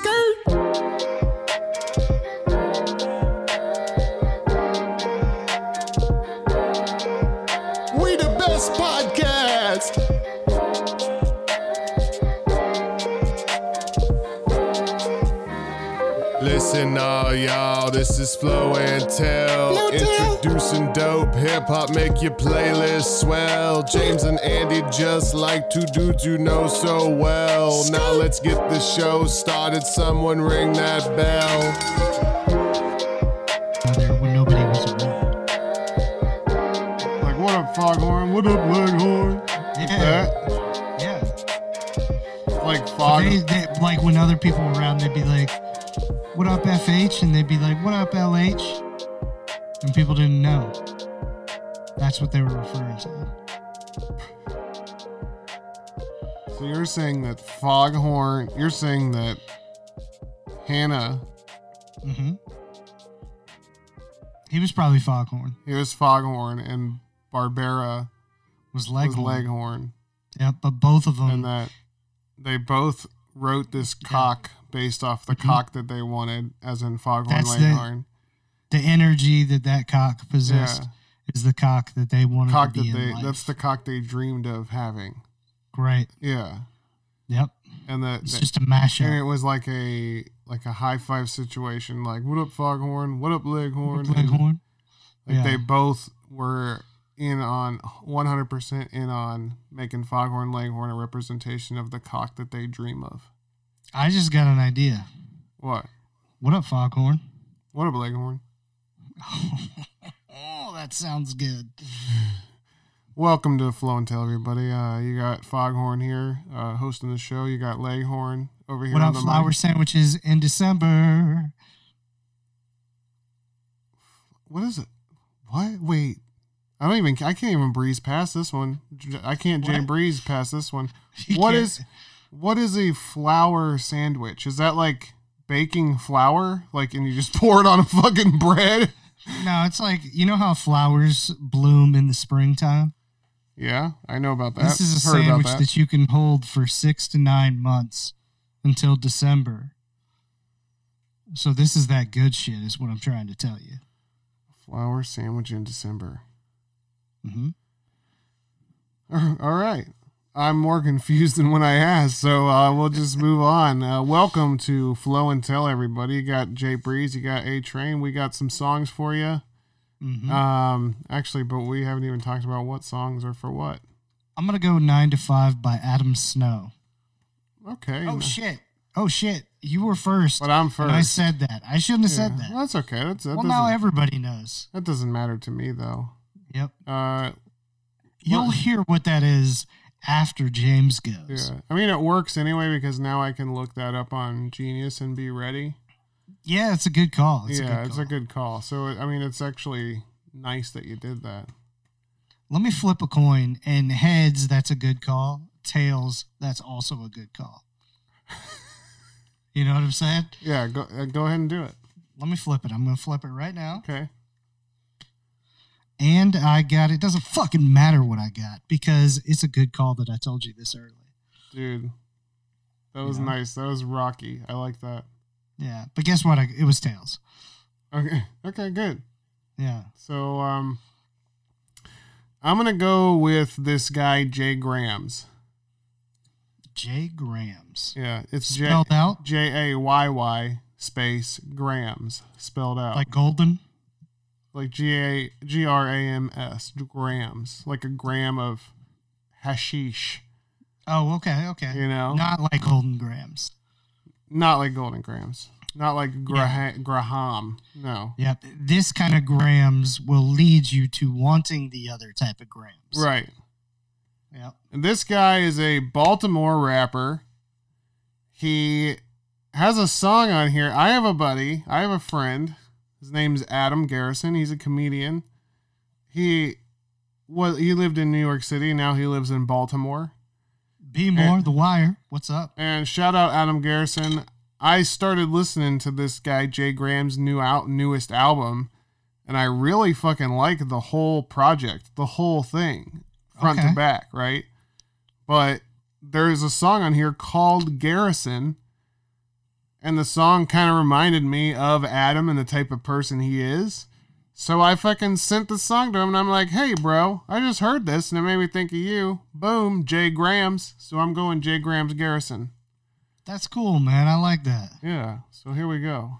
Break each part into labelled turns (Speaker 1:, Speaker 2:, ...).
Speaker 1: Scoot! We the best podcast!
Speaker 2: Listen, all y'all, this is Flow and Tell.
Speaker 1: Flow Tell.
Speaker 2: Introducing dope hip hop, make your playlist swell. James and Andy just like two dudes you know so well. Now let's get the show started. Someone ring that bell.
Speaker 3: there when nobody was around.
Speaker 2: Like, what up, Foghorn? What up, Leghorn?
Speaker 3: Yeah, yeah.
Speaker 2: like,
Speaker 3: They, they, like when other people were around, they'd be like, "What up, FH?" and they'd be like, "What up, LH?" and people didn't know. That's what they were referring to.
Speaker 2: So you're saying that Foghorn, you're saying that Hannah,
Speaker 3: hmm He was probably Foghorn.
Speaker 2: he was Foghorn, and Barbara
Speaker 3: Was
Speaker 2: was
Speaker 3: Leghorn.
Speaker 2: Leghorn.
Speaker 3: Yeah, but both of them.
Speaker 2: and that they both wrote this cock based off the cock that they wanted, as in Foghorn
Speaker 3: Mm-hmm. That's the-
Speaker 2: Leghorn.
Speaker 3: the energy that that cock possessed is the cock that they wanted
Speaker 2: Cock
Speaker 3: to
Speaker 2: that
Speaker 3: be in
Speaker 2: they
Speaker 3: life.
Speaker 2: that's the cock they dreamed of having.
Speaker 3: Great.
Speaker 2: Yeah,
Speaker 3: Yep.
Speaker 2: and that,
Speaker 3: It's
Speaker 2: that-
Speaker 3: just a
Speaker 2: and
Speaker 3: mashup.
Speaker 2: it was like a like a high five situation. Like what up Foghorn? What up Leghorn? And,
Speaker 3: Leghorn.
Speaker 2: Like
Speaker 3: Yeah.
Speaker 2: they both were in on 100% in on making Foghorn Leghorn a representation of the cock that they dream of.
Speaker 3: I just got an idea.
Speaker 2: What?
Speaker 3: What up, Foghorn?
Speaker 2: What up Leghorn?
Speaker 3: oh, that sounds good.
Speaker 2: Welcome to Flow and Tell, everybody. Uh, you got Foghorn here uh, hosting the show. You got Leghorn over here.
Speaker 3: What
Speaker 2: on
Speaker 3: up,
Speaker 2: the
Speaker 3: flower
Speaker 2: mic.
Speaker 3: sandwiches in December?
Speaker 2: What is it? What? Wait. I don't even. I can't even breeze past this one. J- I can't Jay
Speaker 3: What?
Speaker 2: breeze past this one.
Speaker 3: You
Speaker 2: What
Speaker 3: can't-
Speaker 2: is? What is a flour sandwich? Is that like baking flour? Like, and you just pour it on a fucking bread?
Speaker 3: No, it's like you know how flowers bloom in the springtime.
Speaker 2: Yeah, I know about that.
Speaker 3: This is a
Speaker 2: Heard about
Speaker 3: sandwich that. you can hold for six to nine months until December. So this is that good shit, is what I'm trying to tell you.
Speaker 2: flour sandwich in December. Mm-hmm.
Speaker 3: hmm
Speaker 2: All right. I'm more confused than when I asked, so uh, we'll just move on. Uh, welcome to Flow and Tell, everybody. You got Jay Breeze, you got A Train. We got some songs for you.
Speaker 3: hmm
Speaker 2: Um, actually, but we haven't even talked about what songs are for what.
Speaker 3: I'm gonna go nine to five by Adam Snow.
Speaker 2: Okay.
Speaker 3: Oh shit! Oh shit! You were first.
Speaker 2: But I'm
Speaker 3: And I
Speaker 2: first.
Speaker 3: said that. I shouldn't have
Speaker 2: Yeah.
Speaker 3: said that.
Speaker 2: Well, that's okay. That's, that,
Speaker 3: well,
Speaker 2: doesn't,
Speaker 3: now everybody knows.
Speaker 2: that doesn't matter to me, though.
Speaker 3: Yep.
Speaker 2: Uh,
Speaker 3: You'll hear what that is after James goes.
Speaker 2: yeah. I mean, it works anyway because now I can look that up on Genius and be ready.
Speaker 3: Yeah, it's a good call. It's
Speaker 2: yeah,
Speaker 3: a good
Speaker 2: it's
Speaker 3: call.
Speaker 2: a good call. So, I mean, it's actually nice that you did that.
Speaker 3: Let me flip a coin and heads, that's a good call. Tails, that's also a good call. you know what I'm saying?
Speaker 2: Yeah, go uh, go ahead and do it.
Speaker 3: Let me flip it. I'm going to flip it right now.
Speaker 2: Okay.
Speaker 3: And I got it. Doesn't fucking matter what I got because it's a good call that I told you this early.
Speaker 2: Dude. That was
Speaker 3: Yeah.
Speaker 2: nice. That was rocky. I like that.
Speaker 3: Yeah. But guess what? I, it was tails.
Speaker 2: Okay. Okay, good.
Speaker 3: Yeah.
Speaker 2: So um I'm going to go with this guy Jay Grams.
Speaker 3: Jay Grams.
Speaker 2: Yeah, it's J
Speaker 3: Spelled out
Speaker 2: J A Y Y space Grams spelled out.
Speaker 3: like golden.
Speaker 2: like G A G R A M S Grams, like a gram of hashish,
Speaker 3: Oh, okay. Okay.
Speaker 2: you know?
Speaker 3: Not like Holden Grams.
Speaker 2: Not like golden grams. Not like Graham, Graham. No.
Speaker 3: Yep. This kind of grams will lead you to wanting the other type of grams.
Speaker 2: Right.
Speaker 3: Yep.
Speaker 2: And this guy is a Baltimore rapper. He has a song on here. I have a buddy. I have a friend. His name's Adam Garrison. He's a comedian. He was he lived in New York City. Now he lives in Baltimore.
Speaker 3: Be more
Speaker 2: Eh.
Speaker 3: the wire. What's up?
Speaker 2: And shout out Adam Garrison. I started listening to this guy Jay Graham's new out newest album, and I really fucking like the whole project, the whole thing, front
Speaker 3: Okay.
Speaker 2: to back, right? But there is a song on here called Garrison, and the song kind of reminded me of Adam and the type of person he is. So I fucking sent the song to him, and I'm like, "Hey, bro, I just heard this, and it made me think of you." Boom, Jay Graham's. So I'm going Jay Graham's Garrison.
Speaker 3: That's cool, man. I like that.
Speaker 2: Yeah, so here we go.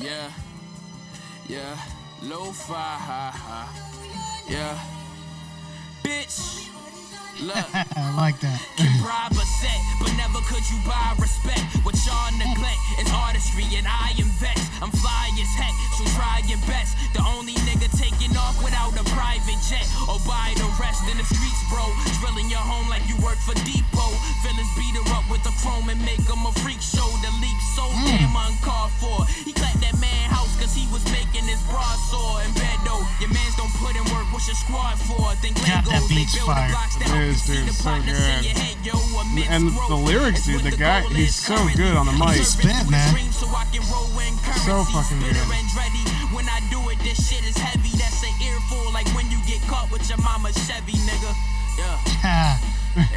Speaker 4: Yeah, yeah, lo fi, ha, ha. yeah. Bitch, look.
Speaker 3: I like that.
Speaker 4: bribe a set, but never could you buy respect. What y'all neglect is artistry, and I am vexed. I'm fly as heck, so try your best. The only nigga taking off without a private jet, or buy the rest in the streets, bro. Drilling your home like you work for Depot. Villains beat her up with the chrome and make 'em a freak show. The leap so
Speaker 3: Mm.
Speaker 4: damn uncalled for. He clapped that man house cause he was making his broadsword. And bed though, your mans don't put in work, what's your squad for? Think
Speaker 3: God, that
Speaker 4: Legos, they
Speaker 3: beat's
Speaker 4: build
Speaker 3: fire.
Speaker 4: the blocks
Speaker 2: It
Speaker 4: that help you
Speaker 2: is,
Speaker 4: see
Speaker 2: dude,
Speaker 4: the
Speaker 2: so
Speaker 4: partners in
Speaker 2: good.
Speaker 4: your head, yo, immense
Speaker 2: And
Speaker 4: growth.
Speaker 2: the lyrics,
Speaker 4: It's
Speaker 2: dude,
Speaker 4: what
Speaker 2: the guy,
Speaker 4: goal
Speaker 2: he's
Speaker 4: is
Speaker 2: so
Speaker 4: currently.
Speaker 2: good on the
Speaker 4: I'm
Speaker 2: mic.
Speaker 4: serving
Speaker 3: Spit,
Speaker 4: to a
Speaker 3: man.
Speaker 4: dream so I can roll in
Speaker 2: So
Speaker 4: currency.
Speaker 2: fucking
Speaker 4: Spinner
Speaker 2: good.
Speaker 4: and dready. When I do it, this shit is heavy. That's an earful, like when you get caught with your mama Chevy, nigga. Yeah,
Speaker 3: Ah,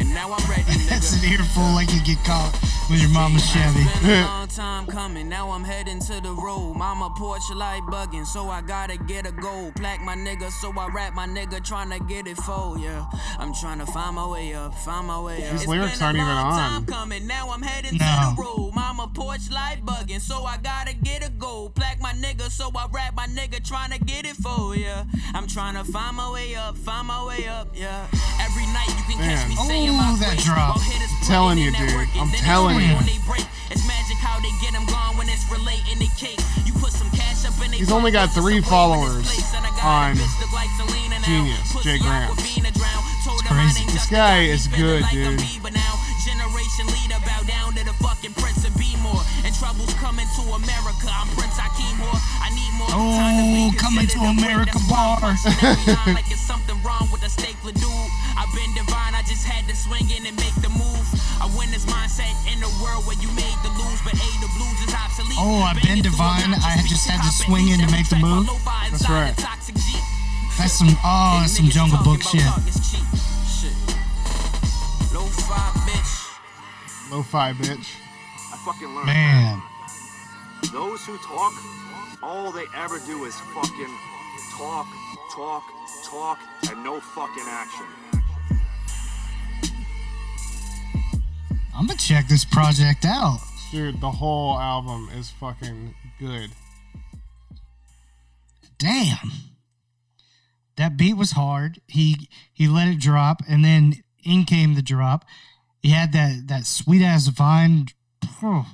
Speaker 4: and now I'm ready,
Speaker 3: that's
Speaker 4: nigga.
Speaker 3: an earful like you get caught with your mama's Chevy.
Speaker 4: It's been a long time coming, now I'm heading to the road. Mama porch light bugging, so I gotta get a goal. Plaque my nigga, so I rap my nigga, trying to get it full, yeah. I'm trying to find my way up, find my way up.
Speaker 2: These
Speaker 4: It's
Speaker 2: lyrics
Speaker 4: been a
Speaker 2: aren't even
Speaker 4: long time
Speaker 2: on.
Speaker 4: coming, now I'm heading
Speaker 3: No.
Speaker 4: to the road. Mama porch light bugging, so I gotta get a goal. Plaque my nigga, so I rap my nigga, trying to get it full, yeah. I'm trying to find my way up, find my way up, yeah. Every night you can catch
Speaker 2: Man.
Speaker 4: me saying my
Speaker 3: Oh, that
Speaker 4: grace
Speaker 3: drop.
Speaker 4: while hitters
Speaker 2: Telling you,
Speaker 4: putting in
Speaker 2: dude.
Speaker 4: that work and
Speaker 2: I'm
Speaker 4: then it's
Speaker 2: telling
Speaker 4: free
Speaker 3: you.
Speaker 4: when they break. It's magic how they get 'em gone when it's relating to cake. You put some cash up in they
Speaker 2: He's only got
Speaker 4: pockets, it's
Speaker 2: three
Speaker 4: a blade in
Speaker 2: followers
Speaker 4: this place, and I got a
Speaker 2: on
Speaker 4: bitch look like Selena now.
Speaker 2: Genius,
Speaker 4: Pussy
Speaker 2: Jay Graham.
Speaker 4: Aquafina drown. Told
Speaker 3: It's
Speaker 4: her I
Speaker 3: crazy.
Speaker 4: ain't
Speaker 2: This
Speaker 4: just a
Speaker 2: guy
Speaker 4: copy,
Speaker 2: is
Speaker 4: feeling
Speaker 2: good,
Speaker 4: like I'm
Speaker 2: dude.
Speaker 4: Bieber now. Generation leader, bow down to the fucking Prince of B-more. And trouble's coming to America. I'm Prince Akeem Moore. I need more time to be
Speaker 3: Oh, coming to
Speaker 4: considered a great.
Speaker 3: America
Speaker 4: That's why I'm
Speaker 3: bars.
Speaker 4: Every line like it's something wrong with the stapler dude. I've been divine, I just had to swing in and make the move. I win this mindset in a world where you made the lose, but A, the blues is obsolete.
Speaker 3: Oh, I've been
Speaker 4: Banging through a
Speaker 3: divine,
Speaker 4: conscious
Speaker 3: I had just
Speaker 4: beat,
Speaker 3: had to
Speaker 4: cop at
Speaker 3: swing in
Speaker 4: least
Speaker 3: to
Speaker 4: every
Speaker 3: make the
Speaker 4: track, my
Speaker 3: move?
Speaker 4: lo-fi
Speaker 2: That's
Speaker 4: inside
Speaker 2: right.
Speaker 4: the toxic Jeep.
Speaker 3: That's some oh, that's some
Speaker 4: Niggas
Speaker 3: jungle
Speaker 4: talking
Speaker 3: book
Speaker 4: about
Speaker 3: shit.
Speaker 4: talk is cheap. Shit. Lo-fi, bitch.
Speaker 2: Lo-fi bitch.
Speaker 5: I fucking learned.
Speaker 3: Man.
Speaker 5: Those who talk, all they ever do is fucking talk, talk, talk, and no fucking action.
Speaker 3: I'm gonna check this project out.
Speaker 2: Dude, the whole album is fucking good.
Speaker 3: Damn. That beat was hard. He he let it drop and then in came the drop. He had that that sweet ass vine.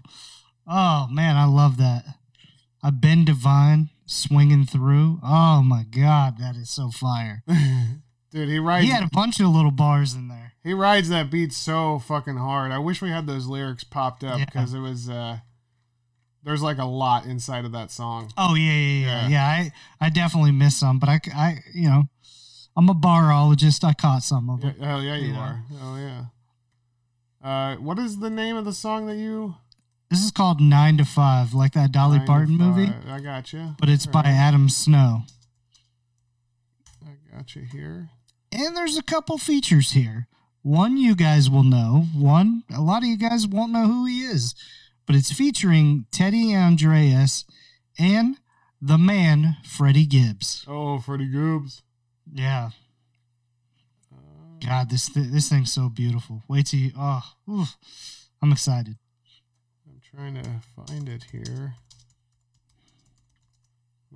Speaker 3: Oh man, I love that. I've been divine swinging through. Oh my god, that is so fire.
Speaker 2: Dude, he rides
Speaker 3: He had a bunch of little bars in there.
Speaker 2: he rides that beat so fucking hard. I wish we had those lyrics popped up
Speaker 3: Yeah.
Speaker 2: because it was uh there's like a lot inside of that song.
Speaker 3: Oh yeah, yeah, yeah,
Speaker 2: Yeah.
Speaker 3: yeah. I I definitely missed some, but I, c- I- you know, I'm a barologist. I caught some of
Speaker 2: Yeah,
Speaker 3: it.
Speaker 2: hell yeah, you
Speaker 3: Yeah.
Speaker 2: are. Oh yeah. Uh, what is the name of the song that you?
Speaker 3: This is called Nine to Five, like that Dolly
Speaker 2: Nine to
Speaker 3: Parton movie,
Speaker 2: Five. uh, I got you.
Speaker 3: but it's by
Speaker 2: Alright,
Speaker 3: Adam Snow.
Speaker 2: I got you here.
Speaker 3: And there's a couple features here. One you guys will know. One a lot of you guys won't know who he is, but it's featuring Teddy Andreas and the man Freddie Gibbs.
Speaker 2: Oh, Freddie Gibbs.
Speaker 3: Yeah. God, this th- this thing's so beautiful. Wait till you. Oh, oof. I'm excited.
Speaker 2: I'm trying to find it here.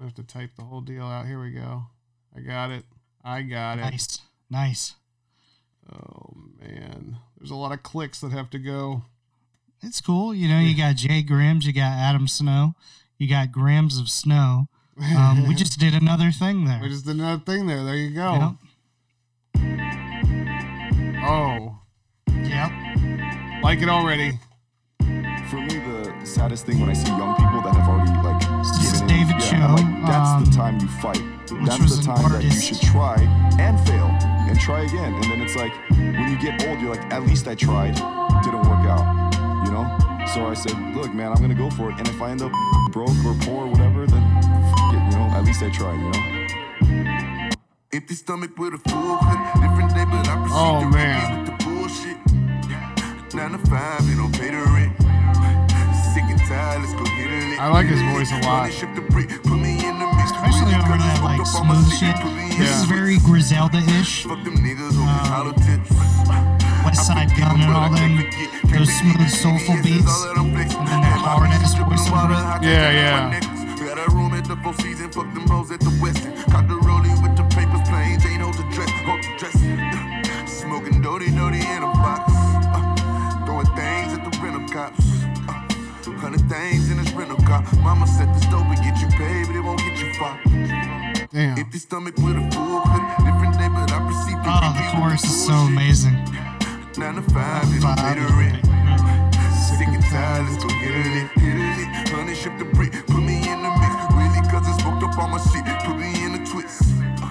Speaker 2: I have to type the whole deal out. Here we go. I got it. I got it.
Speaker 3: Nice, nice.
Speaker 2: Oh man, there's a lot of clicks that have to go.
Speaker 3: It's cool. You know, you got Jay Grimm's, you got Adam Snow, you got Grams of Snow. Um, we just did another thing there.
Speaker 2: We just did another thing there. There you
Speaker 3: Yep.
Speaker 2: go. Oh,
Speaker 3: Yep.
Speaker 2: like it already.
Speaker 6: For me, the, the saddest thing when I see young people that have already like
Speaker 3: This is
Speaker 6: given in,
Speaker 3: David
Speaker 6: yeah, I'm
Speaker 3: Cho,
Speaker 6: like that's
Speaker 3: um,
Speaker 6: the time you fight. That's
Speaker 3: was
Speaker 6: the
Speaker 3: an
Speaker 6: time that you
Speaker 3: artist.
Speaker 6: should try and fail and try again. And then it's like, when you get old, you're like, at least I tried. Didn't work out, you know? So I said, look, man, I'm gonna go for it. And if I end up broke or poor or whatever, then f- it, you know? At least I tried, you know?
Speaker 7: Empty stomach with a full clip. Different day, but I proceed
Speaker 2: Oh,
Speaker 7: to
Speaker 2: man.
Speaker 7: repeat with the bullshit. Nine to five, it don't pay the rent. Sick and tired, let's go get a lick.
Speaker 2: I like his voice a lot.
Speaker 7: Ship the brick, put me in the mix.
Speaker 3: Especially
Speaker 7: Really
Speaker 3: over
Speaker 7: got
Speaker 3: that
Speaker 7: me
Speaker 3: like
Speaker 7: hooked up on my
Speaker 3: smooth
Speaker 7: shit.
Speaker 3: shit.
Speaker 7: Put me
Speaker 3: This
Speaker 7: in the
Speaker 3: is
Speaker 2: Yeah.
Speaker 3: very Griselda-ish.
Speaker 7: Fuck them niggas who his hollow tips.
Speaker 3: West Uh, Side Gun and all them, those smooth, soulful beats, and then that hard ass voiceover.
Speaker 2: Yeah, yeah.
Speaker 7: Got a room at the Four Seasons, fuck them bros at the Westin. Caught the rollie with the papers, planes, ain't no to dress, hold the dress. Smoking doty doty in a box. Uh, throwing things at the rental cops. Uh, hundred things in this rental car. Mama said this dope will get you paid, but it won't get you far.
Speaker 2: Damn.
Speaker 7: Empty stomach with a full clip, different day, but I proceed to
Speaker 3: Oh,
Speaker 7: repeat
Speaker 3: the
Speaker 7: with
Speaker 3: chorus is so
Speaker 7: bullshit.
Speaker 3: amazing. Uh,
Speaker 7: Nine to five, you don't pay the rent. Sick and tired, let's go get it lit, get it lit. Honey, ship the brick, put me in the mix. Really, cause it's booked up on my shit, put me in a twist. Uh,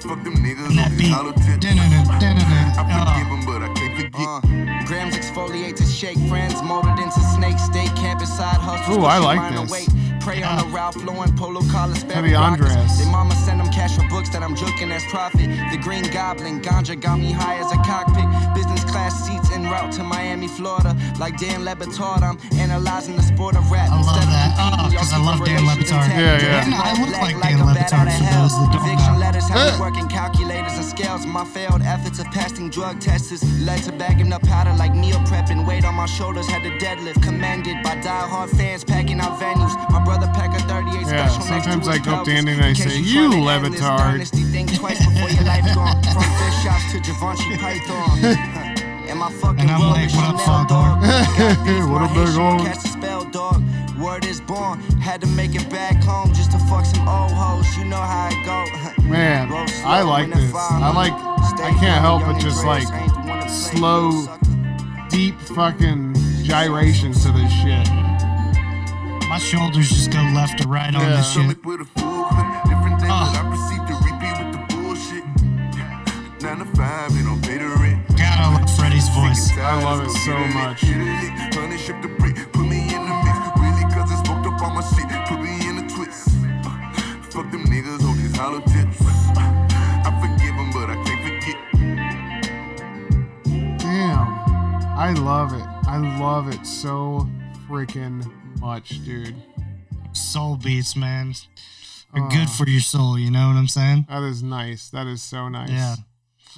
Speaker 7: Fuck them niggas,
Speaker 3: And that
Speaker 7: with
Speaker 3: beat.
Speaker 7: hollow tips.
Speaker 3: Dun-dun-dun, dun-dun-dun.
Speaker 7: I forgive
Speaker 3: Oh.
Speaker 7: 'em, but I can't forget.
Speaker 8: Uh, grams exfoliate to shake friends, molded into snake steak, campus side hustles.
Speaker 2: Ooh, I
Speaker 8: pushing
Speaker 2: like
Speaker 8: mine
Speaker 2: this.
Speaker 8: away. Pray on the Ralph Lauren polo collar, spare
Speaker 2: Heavy Andres.
Speaker 8: Then mama send them cash for books that I'm looking as profit. The Green Goblin, ganja got me high as a cockpit. Business class seats en route to Miami, Florida. Like Dan Lebitard, I'm analyzing the sport of rap.
Speaker 3: I love
Speaker 8: Instead of
Speaker 3: that.
Speaker 8: competing,
Speaker 3: Oh, 'cause I
Speaker 8: y'all
Speaker 3: love
Speaker 8: keep
Speaker 3: Dan
Speaker 8: relations
Speaker 3: Lebitard.
Speaker 8: intact.
Speaker 2: Yeah, yeah.
Speaker 3: Didn't I look like
Speaker 8: Black
Speaker 3: Dan
Speaker 8: a bat
Speaker 3: Lebitard,
Speaker 8: outta
Speaker 3: for
Speaker 8: hell.
Speaker 3: those that don't
Speaker 8: Eviction
Speaker 3: know.
Speaker 8: letters have
Speaker 2: Eh.
Speaker 8: me working calculators and scales. My failed efforts of passing drug tests has led to bagging up powder like meal prepping. Weight on my shoulders had to deadlift. Commended by diehard fans packing out venues. My brother pack a 38
Speaker 2: Yeah,
Speaker 8: special next
Speaker 2: sometimes
Speaker 8: to
Speaker 2: I
Speaker 8: his
Speaker 2: go up to
Speaker 8: pelvis.
Speaker 2: Andy and I
Speaker 8: In case
Speaker 2: say,
Speaker 8: you
Speaker 2: "You
Speaker 8: tryna end this
Speaker 2: levitard."
Speaker 8: dynasty, think twice before your life gone. From fish shops to Givenchy Python. And, my fucking
Speaker 3: And I'm
Speaker 8: world
Speaker 3: like,
Speaker 8: is
Speaker 3: what up,
Speaker 8: Chanel,
Speaker 3: Saul
Speaker 8: dog.
Speaker 3: Dog?
Speaker 8: Got beef,
Speaker 2: What
Speaker 8: my
Speaker 2: up,
Speaker 8: hate,
Speaker 2: big
Speaker 8: she
Speaker 2: old?
Speaker 8: catch the spell, dog. Word is born. Had to make it back home just to fuck some old hoes. You know how it go.
Speaker 2: Man,
Speaker 8: Roll slow
Speaker 2: I like
Speaker 8: when the
Speaker 2: this.
Speaker 8: fire
Speaker 2: I
Speaker 8: on.
Speaker 2: like,
Speaker 8: Stay
Speaker 2: I can't
Speaker 8: young,
Speaker 2: help
Speaker 8: young
Speaker 2: but
Speaker 8: and
Speaker 2: just
Speaker 8: grace,
Speaker 2: like
Speaker 8: ain't wanna play,
Speaker 2: slow-
Speaker 8: little sucker.
Speaker 2: deep fucking gyrations to this shit.
Speaker 3: My shoulders just go left to right on
Speaker 2: Yeah.
Speaker 3: this shit.
Speaker 7: Stomach with a full clip, different day, but
Speaker 3: Ah.
Speaker 7: I proceed to repeat with the bullshit. Nine to five, it don't pay the rent.
Speaker 3: God, I love Freddie's voice.
Speaker 2: I love it so much.
Speaker 7: Honey, ship the brick, put me in the mix. Really, cause it's booked up on my shit, put me in a twist. Fuck them niggas, hold these hollow tips. I forgive 'em, but I can't forget.
Speaker 2: Damn. I love it. I love it so freaking much, dude.
Speaker 3: Soul beats, man. They're good
Speaker 2: Oh.
Speaker 3: for your soul, you know what I'm saying?
Speaker 2: That is nice. That is so nice.
Speaker 3: Yeah.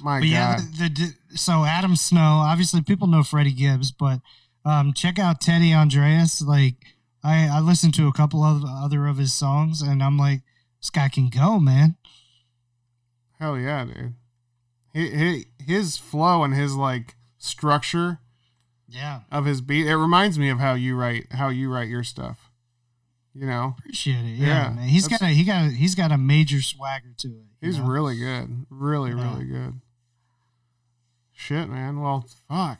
Speaker 2: My
Speaker 3: But
Speaker 2: God.
Speaker 3: yeah, the, the, so Adam Snow, obviously people know Freddie Gibbs, but um, check out Teddy Andreas. Like I, I listened to a couple of other of his songs, and I'm like, this guy can go, man.
Speaker 2: Hell yeah, dude. He, he, his flow and his like structure
Speaker 3: Yeah,
Speaker 2: of his beat, it reminds me of how you write how you write your stuff. You know,
Speaker 3: appreciate it. Yeah,
Speaker 2: Yeah,
Speaker 3: man. He's
Speaker 2: that's-
Speaker 3: got a he got a, he's got a major swagger to it. you
Speaker 2: he's
Speaker 3: know?
Speaker 2: really good. Really,
Speaker 3: Yeah.
Speaker 2: really good. Shit, man. Well, fuck.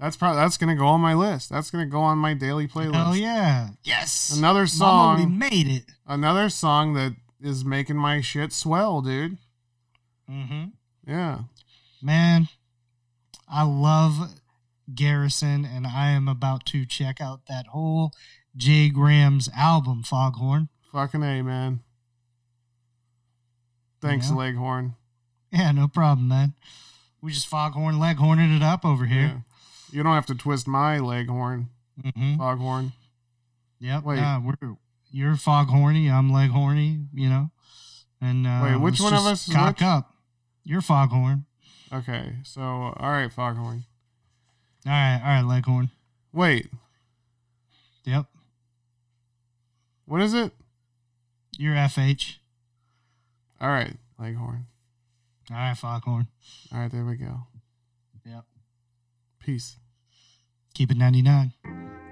Speaker 2: That's probably that's gonna go on my list. That's gonna go on my daily playlist.
Speaker 3: Hell yeah! Yes.
Speaker 2: Another
Speaker 3: Mama, we
Speaker 2: song.
Speaker 3: made it.
Speaker 2: Another song that is making my shit swell, dude.
Speaker 3: hmm
Speaker 2: Yeah.
Speaker 3: Man, I love Garrison, and I am about to check out that whole Jay Graham's album, Foghorn.
Speaker 2: Fucking A, man. Thanks,
Speaker 3: Yeah.
Speaker 2: Leghorn.
Speaker 3: Yeah, no problem, man. We just foghorn leghorned it up over here.
Speaker 2: Yeah. You don't have to twist my leghorn,
Speaker 3: hmm
Speaker 2: foghorn.
Speaker 3: Yep.
Speaker 2: Wait.
Speaker 3: nah, we're you're foghorny, I'm leghorny, you know. And uh,
Speaker 2: Wait, which
Speaker 3: let's
Speaker 2: one of
Speaker 3: just
Speaker 2: us is
Speaker 3: cock
Speaker 2: which?
Speaker 3: up? You're foghorn.
Speaker 2: Okay, so all right, foghorn.
Speaker 3: All right, all right, leghorn.
Speaker 2: Wait,
Speaker 3: Yep.
Speaker 2: what is it?
Speaker 3: You're FH.
Speaker 2: All right, leghorn.
Speaker 3: All right, foghorn.
Speaker 2: All right, there we go.
Speaker 3: Yep.
Speaker 2: Peace.
Speaker 3: Keep it 99.